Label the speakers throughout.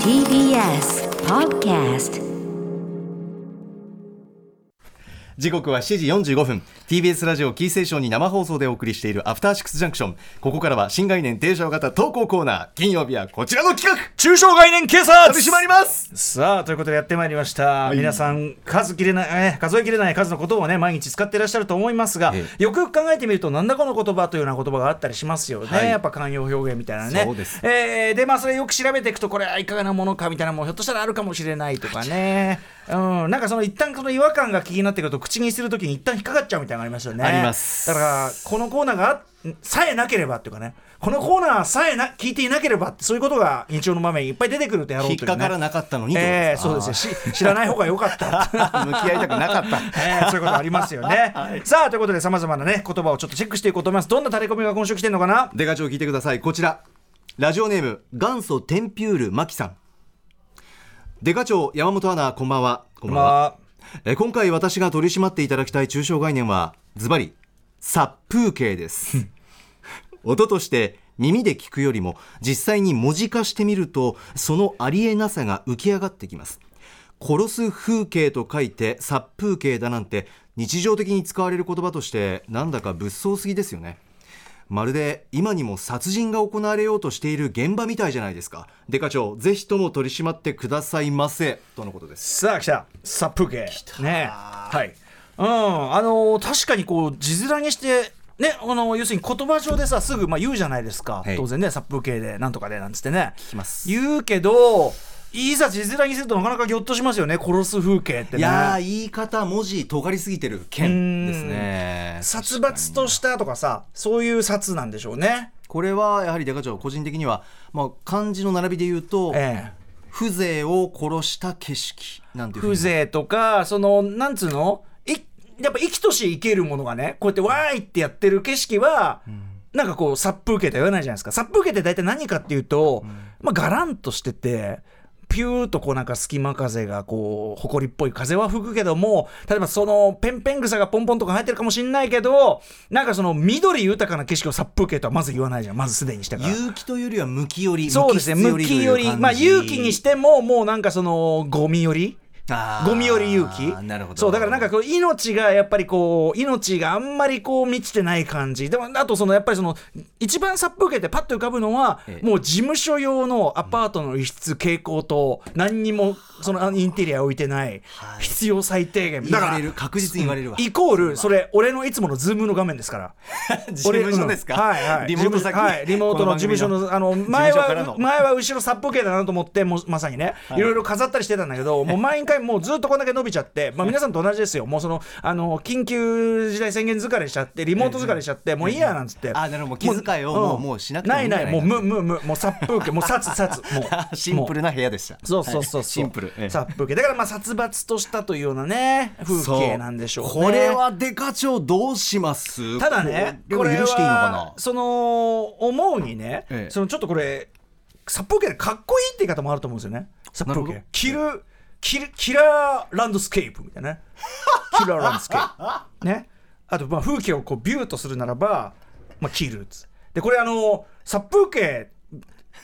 Speaker 1: TBS Podcast
Speaker 2: 時刻は7時45分 TBS ラジオキーステーションに生放送でお送りしているアフターシックスジャンクションここからは新概念低唱型投稿コーナー金曜日はこちらの企画
Speaker 3: 中小概念警察
Speaker 2: 取り締まります
Speaker 3: さあということでやってまいりました、皆さん数切れないえ数えきれない数の言葉をね毎日使っていらっしゃると思いますが、
Speaker 2: え
Speaker 3: よくよく考えてみると何だこの言葉というような言葉があったりしますよね、
Speaker 2: はい
Speaker 3: やっぱ慣用表現みたいなね
Speaker 2: そうです
Speaker 3: えーでまあそれよく調べていくとこれはいかがなものかみたいなのもひょっとしたらあるかもしれないとかね、うん、なんかその一旦その違和感が気になってくると口にするときに一旦引っかかっちゃうみたいなのがありますよね
Speaker 2: あります
Speaker 3: だからこのコーナーがあさえなければっていうかねこのコーナーさえな聞いていなければってそういうことが日常の場面にいっぱい出てくるってやろうと
Speaker 2: 引
Speaker 3: い
Speaker 2: っ
Speaker 3: うね
Speaker 2: かからなかったのに
Speaker 3: ええ
Speaker 2: って
Speaker 3: そ
Speaker 2: こ
Speaker 3: う
Speaker 2: と
Speaker 3: で
Speaker 2: ですす
Speaker 3: よ
Speaker 2: か
Speaker 3: し知らない方が良か った。
Speaker 2: あー向き合いたくなかった
Speaker 3: ええそういうことありますよね。さあということでさまざまなね言葉をちょっとチェックしていこうと思います。どんなタレコミが今週来てるのかな。
Speaker 2: 出がちを聞いてくださいこちらラジオネーム元祖テンピュールマキさん出がちょ山本アナこんばんはこんばんは、
Speaker 3: まあ
Speaker 2: えー今回私が取り締まっていただきたい抽象概念はズバリ殺風景です音として耳で聞くよりも実際に文字化してみるとそのありえなさが浮き上がってきます殺す風景と書いて殺風景だなんて日常的に使われる言葉としてなんだか物騒すぎですよねまるで今にも殺人が行われようとしている現場みたいじゃないですかデカ長ぜひとも取り締まってくださいませとのことです
Speaker 3: さあ来た殺風景。ねはい。うんあのー確かにこう字面にして。ね、あのー要するに言葉上でさすぐ、まあ、言うじゃないですか、
Speaker 2: はい
Speaker 3: 当然ね殺風景でなんとかでなんつってね
Speaker 2: 聞きます
Speaker 3: 言うけどいざ字面にするとなかなかぎょっとしますよね殺す風景ってね
Speaker 2: いやー言い方文字尖りすぎてる件ですね
Speaker 3: 殺伐としたとかさそういう殺なんでしょうね。
Speaker 2: これはやはり出川長個人的には、まあ、漢字の並びで言うと、
Speaker 3: ええ
Speaker 2: 風情を殺した景色なんていうふうに
Speaker 3: 風情とかそのなんつうのいやっぱ生きとし生けるものがねこうやってわーいってやってる景色は、なんかこう殺風景とは言わないじゃないですか殺風景って大体何かっていうと、まあガランとしてて。ピューとこうなんか隙間風がこう埃っぽい風は吹くけども例えばそのペンペン草がポンポンとか生えてるかもしんないけどなんかその緑豊かな景色を殺風景とはまず言わないじゃんまずすでにしたから
Speaker 2: 勇気というよりは向き寄り
Speaker 3: そうですね向きよりまあ勇気にしてももうなんかそのゴミ寄りゴミより勇気
Speaker 2: なるほど
Speaker 3: そうだからなんかこう命がやっぱりこう命があんまりこう満ちてない感じでもあとそのやっぱりその一番殺風景ってパッと浮かぶのは、
Speaker 2: ええ
Speaker 3: もう事務所用のアパートの一室蛍光灯何にもそのあのインテリア置いてない、
Speaker 2: はい
Speaker 3: 必要最低限
Speaker 2: 言われる確実に言われるわ
Speaker 3: イコールそれ俺のいつものズームの画面ですから
Speaker 2: 事
Speaker 3: 俺
Speaker 2: 務所ですか、
Speaker 3: うんはいはい、
Speaker 2: リモート先
Speaker 3: はい、リモートの事務所のあの
Speaker 2: 事務
Speaker 3: 前
Speaker 2: 所から
Speaker 3: は
Speaker 2: の
Speaker 3: 前は後ろ殺風景だなと思ってもうまさにね、い、ろいろ飾ったりしてたんだけど もう毎回もうずっとこんだけ伸びちゃって、まあ、皆さんと同じですよもうそのあの緊急事態宣言疲れしちゃってリモート疲れしちゃってもういいやなんつって、
Speaker 2: あなるほどもう気遣いをもうもうしなくてもいいんじゃ
Speaker 3: な
Speaker 2: ないいか
Speaker 3: な
Speaker 2: ない
Speaker 3: もう無無無もう殺風景もう殺殺も う
Speaker 2: シンプル
Speaker 3: もう
Speaker 2: な部屋でした
Speaker 3: そうそうそうそう、
Speaker 2: シンプルええ
Speaker 3: 殺風景だからまあ殺伐としたというようなね風景なんでしょうね
Speaker 2: そうこれはデカ長どうします
Speaker 3: ただね、
Speaker 2: こ
Speaker 3: こ
Speaker 2: れ
Speaker 3: れ
Speaker 2: 許していいのか
Speaker 3: はその思うにね、
Speaker 2: ええ
Speaker 3: そのちょっとこれ殺風景でかっこいいって言い方もあると思うんですよね。殺風
Speaker 2: なる
Speaker 3: 景
Speaker 2: ほど、
Speaker 3: キルキルキラーランドスケープみたいな ね、キラーランドスケープね。あとまあ風景をこうビューとするならば、まあキルツ。でこれあの殺風景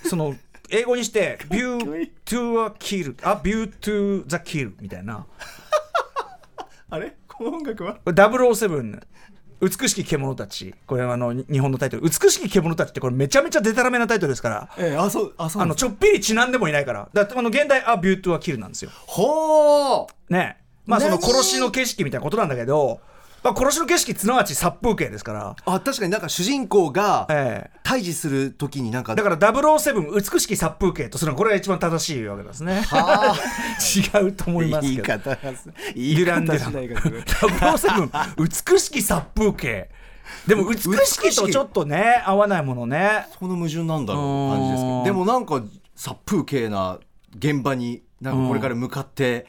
Speaker 3: その英語にしてビュートゥアキルあビュートゥザキルみたいな。
Speaker 2: なあれこの音楽は
Speaker 3: 007美しき獣たちこれはあのに日本のタイトル美しき獣たちってこれめちゃめちゃデタラメなタイトルですから
Speaker 2: ええあそうあそうな
Speaker 3: あ
Speaker 2: ん
Speaker 3: の
Speaker 2: です
Speaker 3: ちょっぴりちなんでもいないからだってあの現代「アビュートゥはキル」なんですよ
Speaker 2: ほう
Speaker 3: ねまあその
Speaker 2: 何
Speaker 3: 殺しの景色みたいなことなんだけど、まあ、殺しの景色すなわち殺風景ですから
Speaker 2: あ確かになんか主人公が
Speaker 3: ええ
Speaker 2: 退治するときになんか
Speaker 3: だから007美しき殺風景とするのはこれが一番正しいわけですね
Speaker 2: あ
Speaker 3: 違うと思います
Speaker 2: 言
Speaker 3: け
Speaker 2: い
Speaker 3: ど
Speaker 2: 方が言
Speaker 3: デ
Speaker 2: い
Speaker 3: ュラン・
Speaker 2: 方
Speaker 3: デュ
Speaker 2: し
Speaker 3: ラン
Speaker 2: ないが
Speaker 3: 007美しき殺風景でも美しきとちょっとね合わないものね
Speaker 2: この矛盾なんだろう感じですけ
Speaker 3: う
Speaker 2: ど
Speaker 3: ん
Speaker 2: でもなんか殺風景な現場になんかこれから向かって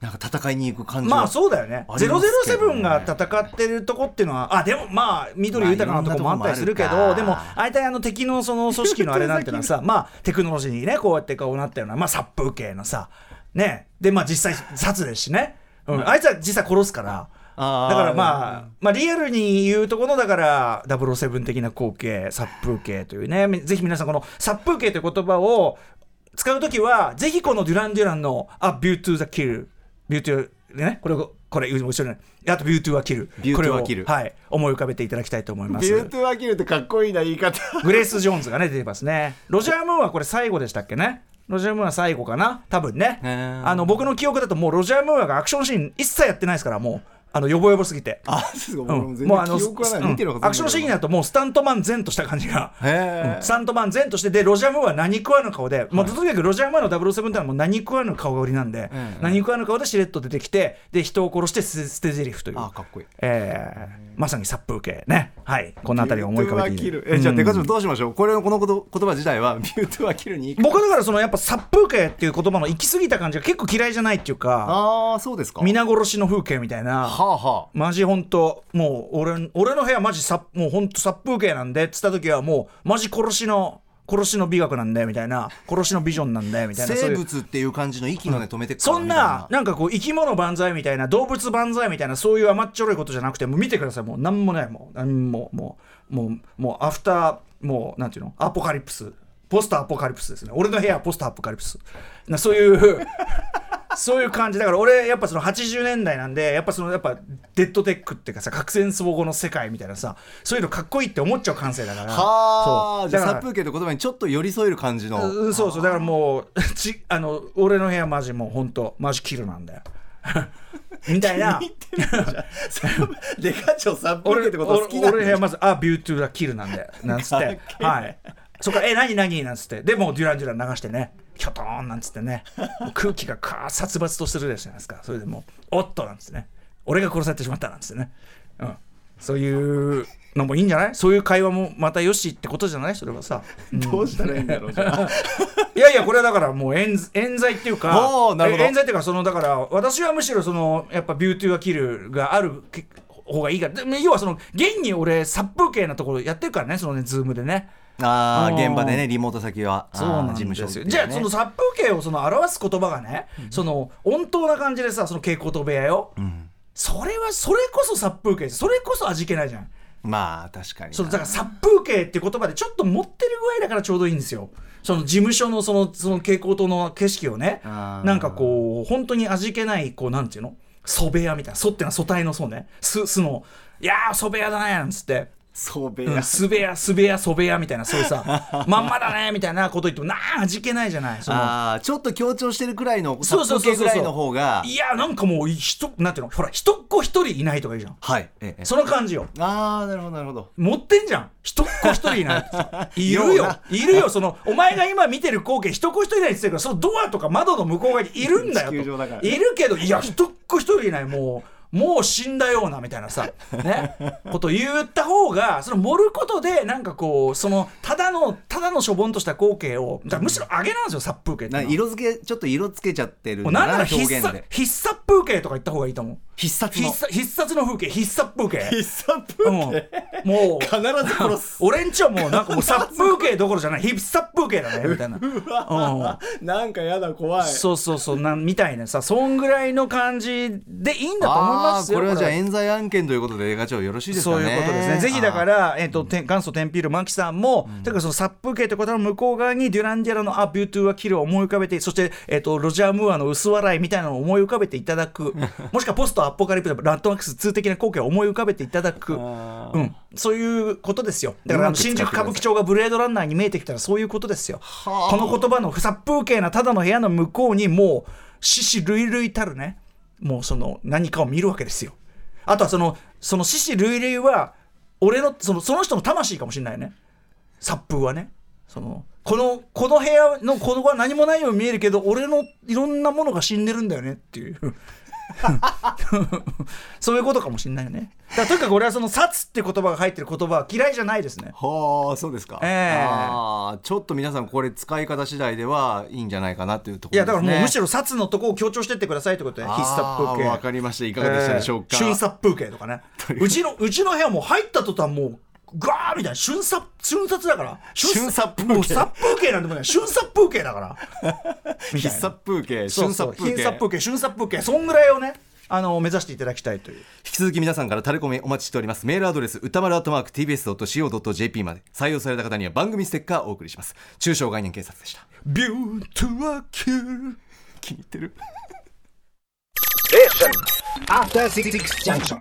Speaker 2: なんか戦いに行く感じは
Speaker 3: まあそうだよね
Speaker 2: ありますけどね
Speaker 3: 007が戦ってるとこっていうのはあでもまあ緑豊かなとこもあったりするけど、
Speaker 2: まあいろんな
Speaker 3: で
Speaker 2: とこも
Speaker 3: も
Speaker 2: あるか
Speaker 3: 大体あの敵のその組織のあれなんての はさまあテクノロジーにねこうやってこうなったようなまあ殺風景のさねでまあ実際殺ですしね、うんあいつは実際殺すから。
Speaker 2: あー
Speaker 3: だからまあ、まあリアルに言うとこのだから007的な光景殺風景というねみぜひ皆さんこの殺風景という言葉を使う時はぜひこのデュラン・デュランの「あビュートゥ・ザ・キル」ビュートゥねこれをこれ後ろにあと「ビュートゥ・はキル」
Speaker 2: Beauty
Speaker 3: これを
Speaker 2: は Kill
Speaker 3: はい思い浮かべていただきたいと思いま
Speaker 2: ビ
Speaker 3: す
Speaker 2: ュートゥーアキルってかっこいいな言い方
Speaker 3: グレース・ジョーンズがね出てますねロジャー・ムーンはこれ最後でしたっけねロジャー・ムーンは最後かな多分ね
Speaker 2: へー
Speaker 3: あの僕の記憶だともうロジャー・ムーアがアクションシーン一切やってないですからもうあのよぼよぼすぎて
Speaker 2: あそう
Speaker 3: うん
Speaker 2: もう全然記憶はない、
Speaker 3: うん
Speaker 2: 見てるわけ
Speaker 3: アクションシーンになるともうスタントマン前とした感じが、
Speaker 2: へー
Speaker 3: うんスタントマン前としてでロジャー・ムーアは何食わぬ顔で、もうとにかくロジャー・ムーアの007ってのはもう何食わぬ顔が売りなん
Speaker 2: え
Speaker 3: で、
Speaker 2: え
Speaker 3: 何食わぬ顔でしれっと出てきてで人を殺して捨て捨て台詞という
Speaker 2: あかっこいい
Speaker 3: えーまさに殺風景ねはいこの辺りを思い浮かべて
Speaker 2: ビュ
Speaker 3: い
Speaker 2: ー
Speaker 3: る
Speaker 2: トゥーアキルえじゃあデカちゃんどうしましょうこれこのこと言葉自体はビュートゥーアキルに
Speaker 3: 僕だからそのやっぱ殺風景っていう言葉の行き過ぎた感じが結構嫌いじゃないっていうか
Speaker 2: ああそうですか
Speaker 3: 皆殺しの風景みたいな
Speaker 2: はあはあ
Speaker 3: マジ本当もう俺俺の部屋マジさもう本当殺風景なんでっつった時はもうマジ殺しの殺しの美学なんだよみたいな殺しのビジョンなんだよみた いなそう
Speaker 2: 生
Speaker 3: いう
Speaker 2: 物っていう感じの息のね止めてくから
Speaker 3: そんななんかこう生き物万歳みたいな動物万歳みたいなそういう甘っちょろいことじゃなくてもう見てくださいもうなんもないもうなんももうもうもうアフターもうなんていうのアポカリプスポストアポカリプスですね俺の部屋はポストアポカリプスなそういう そういう感じだから俺やっぱその80年代なんでやっぱそのやっぱデッドテックっていうかさ核戦争後の世界みたいなさそういうのかっこいいって思っちゃう感性だから
Speaker 2: は
Speaker 3: そ
Speaker 2: あ
Speaker 3: う
Speaker 2: じゃあ
Speaker 3: だから
Speaker 2: 殺風景って言葉にちょっと寄り添える感じの
Speaker 3: うん、 そうそうだからもう ちあの俺の部屋マジもう本当マジキルなんだよ みた いな
Speaker 2: デカチョ殺風景
Speaker 3: 俺
Speaker 2: ってことは好き
Speaker 3: 俺
Speaker 2: なんで
Speaker 3: 俺の部
Speaker 2: しょ
Speaker 3: 屋まず「あビュートゥーラキル」なんだよな んつ
Speaker 2: か
Speaker 3: って
Speaker 2: っけえ
Speaker 3: はいそっから「え何何?」なんつってでもうデュラン・デュラン流してねひょとーんなんつってね 空気がカー殺伐とするじゃないですかそれでもう「おっと」なんつってね「俺が殺されてしまった」なんつってね、うん、そういうのもいいんじゃないそういう会話もまたよしってことじゃないそれはさ、うん
Speaker 2: どうしたらいいんだろうじゃあ
Speaker 3: いやいやこれはだからもう冤冤罪っていうか
Speaker 2: おーなるほど
Speaker 3: え冤罪っていうかそのだから私はむしろそのやっぱビューティーはキルがあるけ方がいいからで要はその現に俺殺風景なところやってるからねそのねズームでね
Speaker 2: あ
Speaker 3: あ
Speaker 2: ー
Speaker 3: ー
Speaker 2: 現場でねリモート先はあー
Speaker 3: そうなん
Speaker 2: 事務
Speaker 3: です
Speaker 2: 所
Speaker 3: よ、
Speaker 2: っていうね
Speaker 3: じゃあその殺風景をその表す言葉がね、その温当な感じでさその蛍光灯部屋よ、それはそれこそ殺風景それこそ味気ないじゃん
Speaker 2: まあ確かにな
Speaker 3: そうだから殺風景って言葉でちょっと持ってる具合だからちょうどいいんですよその事務所のそのその蛍光灯の景色をね
Speaker 2: あー
Speaker 3: なんかこう本当に味気ないこうなんていうの祖部屋みたいな祖ってのは素体の祖ねす素の「いやー祖部屋だね」なんつって
Speaker 2: そうべ
Speaker 3: 「うん、すべやすべやそべや」みたいなそういうさ「 まんまだね」みたいなこと言ってもなあ味気ないじゃないその
Speaker 2: あーちょっと強調してるくらいの
Speaker 3: そう
Speaker 2: 殺
Speaker 3: そう
Speaker 2: 風
Speaker 3: そ
Speaker 2: 景ぐ
Speaker 3: うそう
Speaker 2: らいの方が
Speaker 3: いやなんかもうひとなんていうのほら一っ子一人いないとか言うじゃん
Speaker 2: はいええ
Speaker 3: その感じよ
Speaker 2: ああなるほどなるほど
Speaker 3: 持ってんじゃん一っ子一人いない いる
Speaker 2: よう
Speaker 3: よ
Speaker 2: ない
Speaker 3: るよそのお前が今見てる光景一っ子一人いないって言ってるからそのドアとか窓の向こう側にいるんだよと
Speaker 2: 地球上だから
Speaker 3: いるけどいや一っ子一人いないもうもう死んだようなみたいなさねこと言った方がその盛ることでなんかこうそのただのただのしょぼんとした光景をだからむしろ上げなんですよ殺風景って
Speaker 2: な
Speaker 3: のは
Speaker 2: 色付けちょっと色付けちゃってるん
Speaker 3: も
Speaker 2: だ
Speaker 3: うなんなら
Speaker 2: な
Speaker 3: 必
Speaker 2: 表現
Speaker 3: 殺
Speaker 2: で
Speaker 3: 必殺風景とか言った方がいいと思う
Speaker 2: 必殺
Speaker 3: 必
Speaker 2: の
Speaker 3: 殺必殺の風景必殺風景
Speaker 2: 必殺
Speaker 3: うんもう
Speaker 2: 必ず殺す
Speaker 3: 俺んちはもうなんかもう殺風景どころじゃない、ヒップ殺風景だね、みたいな。
Speaker 2: なんかやだ怖い
Speaker 3: そうそうそう、なんみたいなさ、そんぐらいの感じでいいんだと思いま
Speaker 2: あ
Speaker 3: す
Speaker 2: ー
Speaker 3: よ。
Speaker 2: これはじゃあ
Speaker 3: こ
Speaker 2: 冤罪案件ということで映画長よろしいですか
Speaker 3: そう
Speaker 2: ね
Speaker 3: いうことですね。ぜひだから、えっ、と、てん元祖テンピールマキさんも、だからその殺風景ってことの向こう側にデュランディアラのアビュートゥーはキルを思い浮かべて、そして、えっ、と、ロジャー・ムーアの薄笑いみたいなのを思い浮かべていただく。もしくはポストアポカリプス、ラッドマックス2的な光景を思い浮かべていただく。
Speaker 2: あー
Speaker 3: うん、そういうことですよ。だからあ
Speaker 2: うま
Speaker 3: の
Speaker 2: く使っ
Speaker 3: 新
Speaker 2: てくだ
Speaker 3: 宿
Speaker 2: さい
Speaker 3: 歌舞伎町がブレードランナーに見えてきたらそういうことですよ。この言葉の殺風景なただの部屋の向こうにもう獅子類類たるね、もうその何かを見るわけですよ。あとはその、その獅子類類は、俺の、そのその人の魂かもしれないね。殺風はね。そのこのこの部屋の子供は何もないように見えるけど俺のいろんなものが死んでるんだよねっていう そういうことかもしれないよねだからとにかく俺はその「殺」って言葉が入ってる言葉は嫌いじゃないですね
Speaker 2: はあそうですか、
Speaker 3: ええ
Speaker 2: あーちょっと皆さんこれ使い方次第ではいいんじゃないかなというとこ
Speaker 3: い
Speaker 2: ろ
Speaker 3: や
Speaker 2: です
Speaker 3: だ
Speaker 2: ね
Speaker 3: からもうむし
Speaker 2: ろ
Speaker 3: ろ「殺」のとこを強調してってくださいってことで必殺風景
Speaker 2: わかりましたいかがでしたでしょうか、
Speaker 3: えー瞬殺風景とかねうちのうちの部屋もう入った途端もうガーみたいな瞬殺瞬殺だから
Speaker 2: 瞬殺風景
Speaker 3: もう殺風景なんてもんね瞬殺風景だからみた いな
Speaker 2: 必殺風景
Speaker 3: そう
Speaker 2: 瞬
Speaker 3: そう
Speaker 2: 殺風景
Speaker 3: 品殺風景、瞬殺風景、そんぐらいをね、あの目指していただきたいという
Speaker 2: 引き続き皆さんからタレコミお待ちしておりますメールアドレス歌丸アットマーク TBS.CO.JP まで採用された方には番組ステッカーをお送りします中小概念警察でした
Speaker 3: ビュートゥアキュー
Speaker 2: 気に入ってる
Speaker 4: After Six Junction.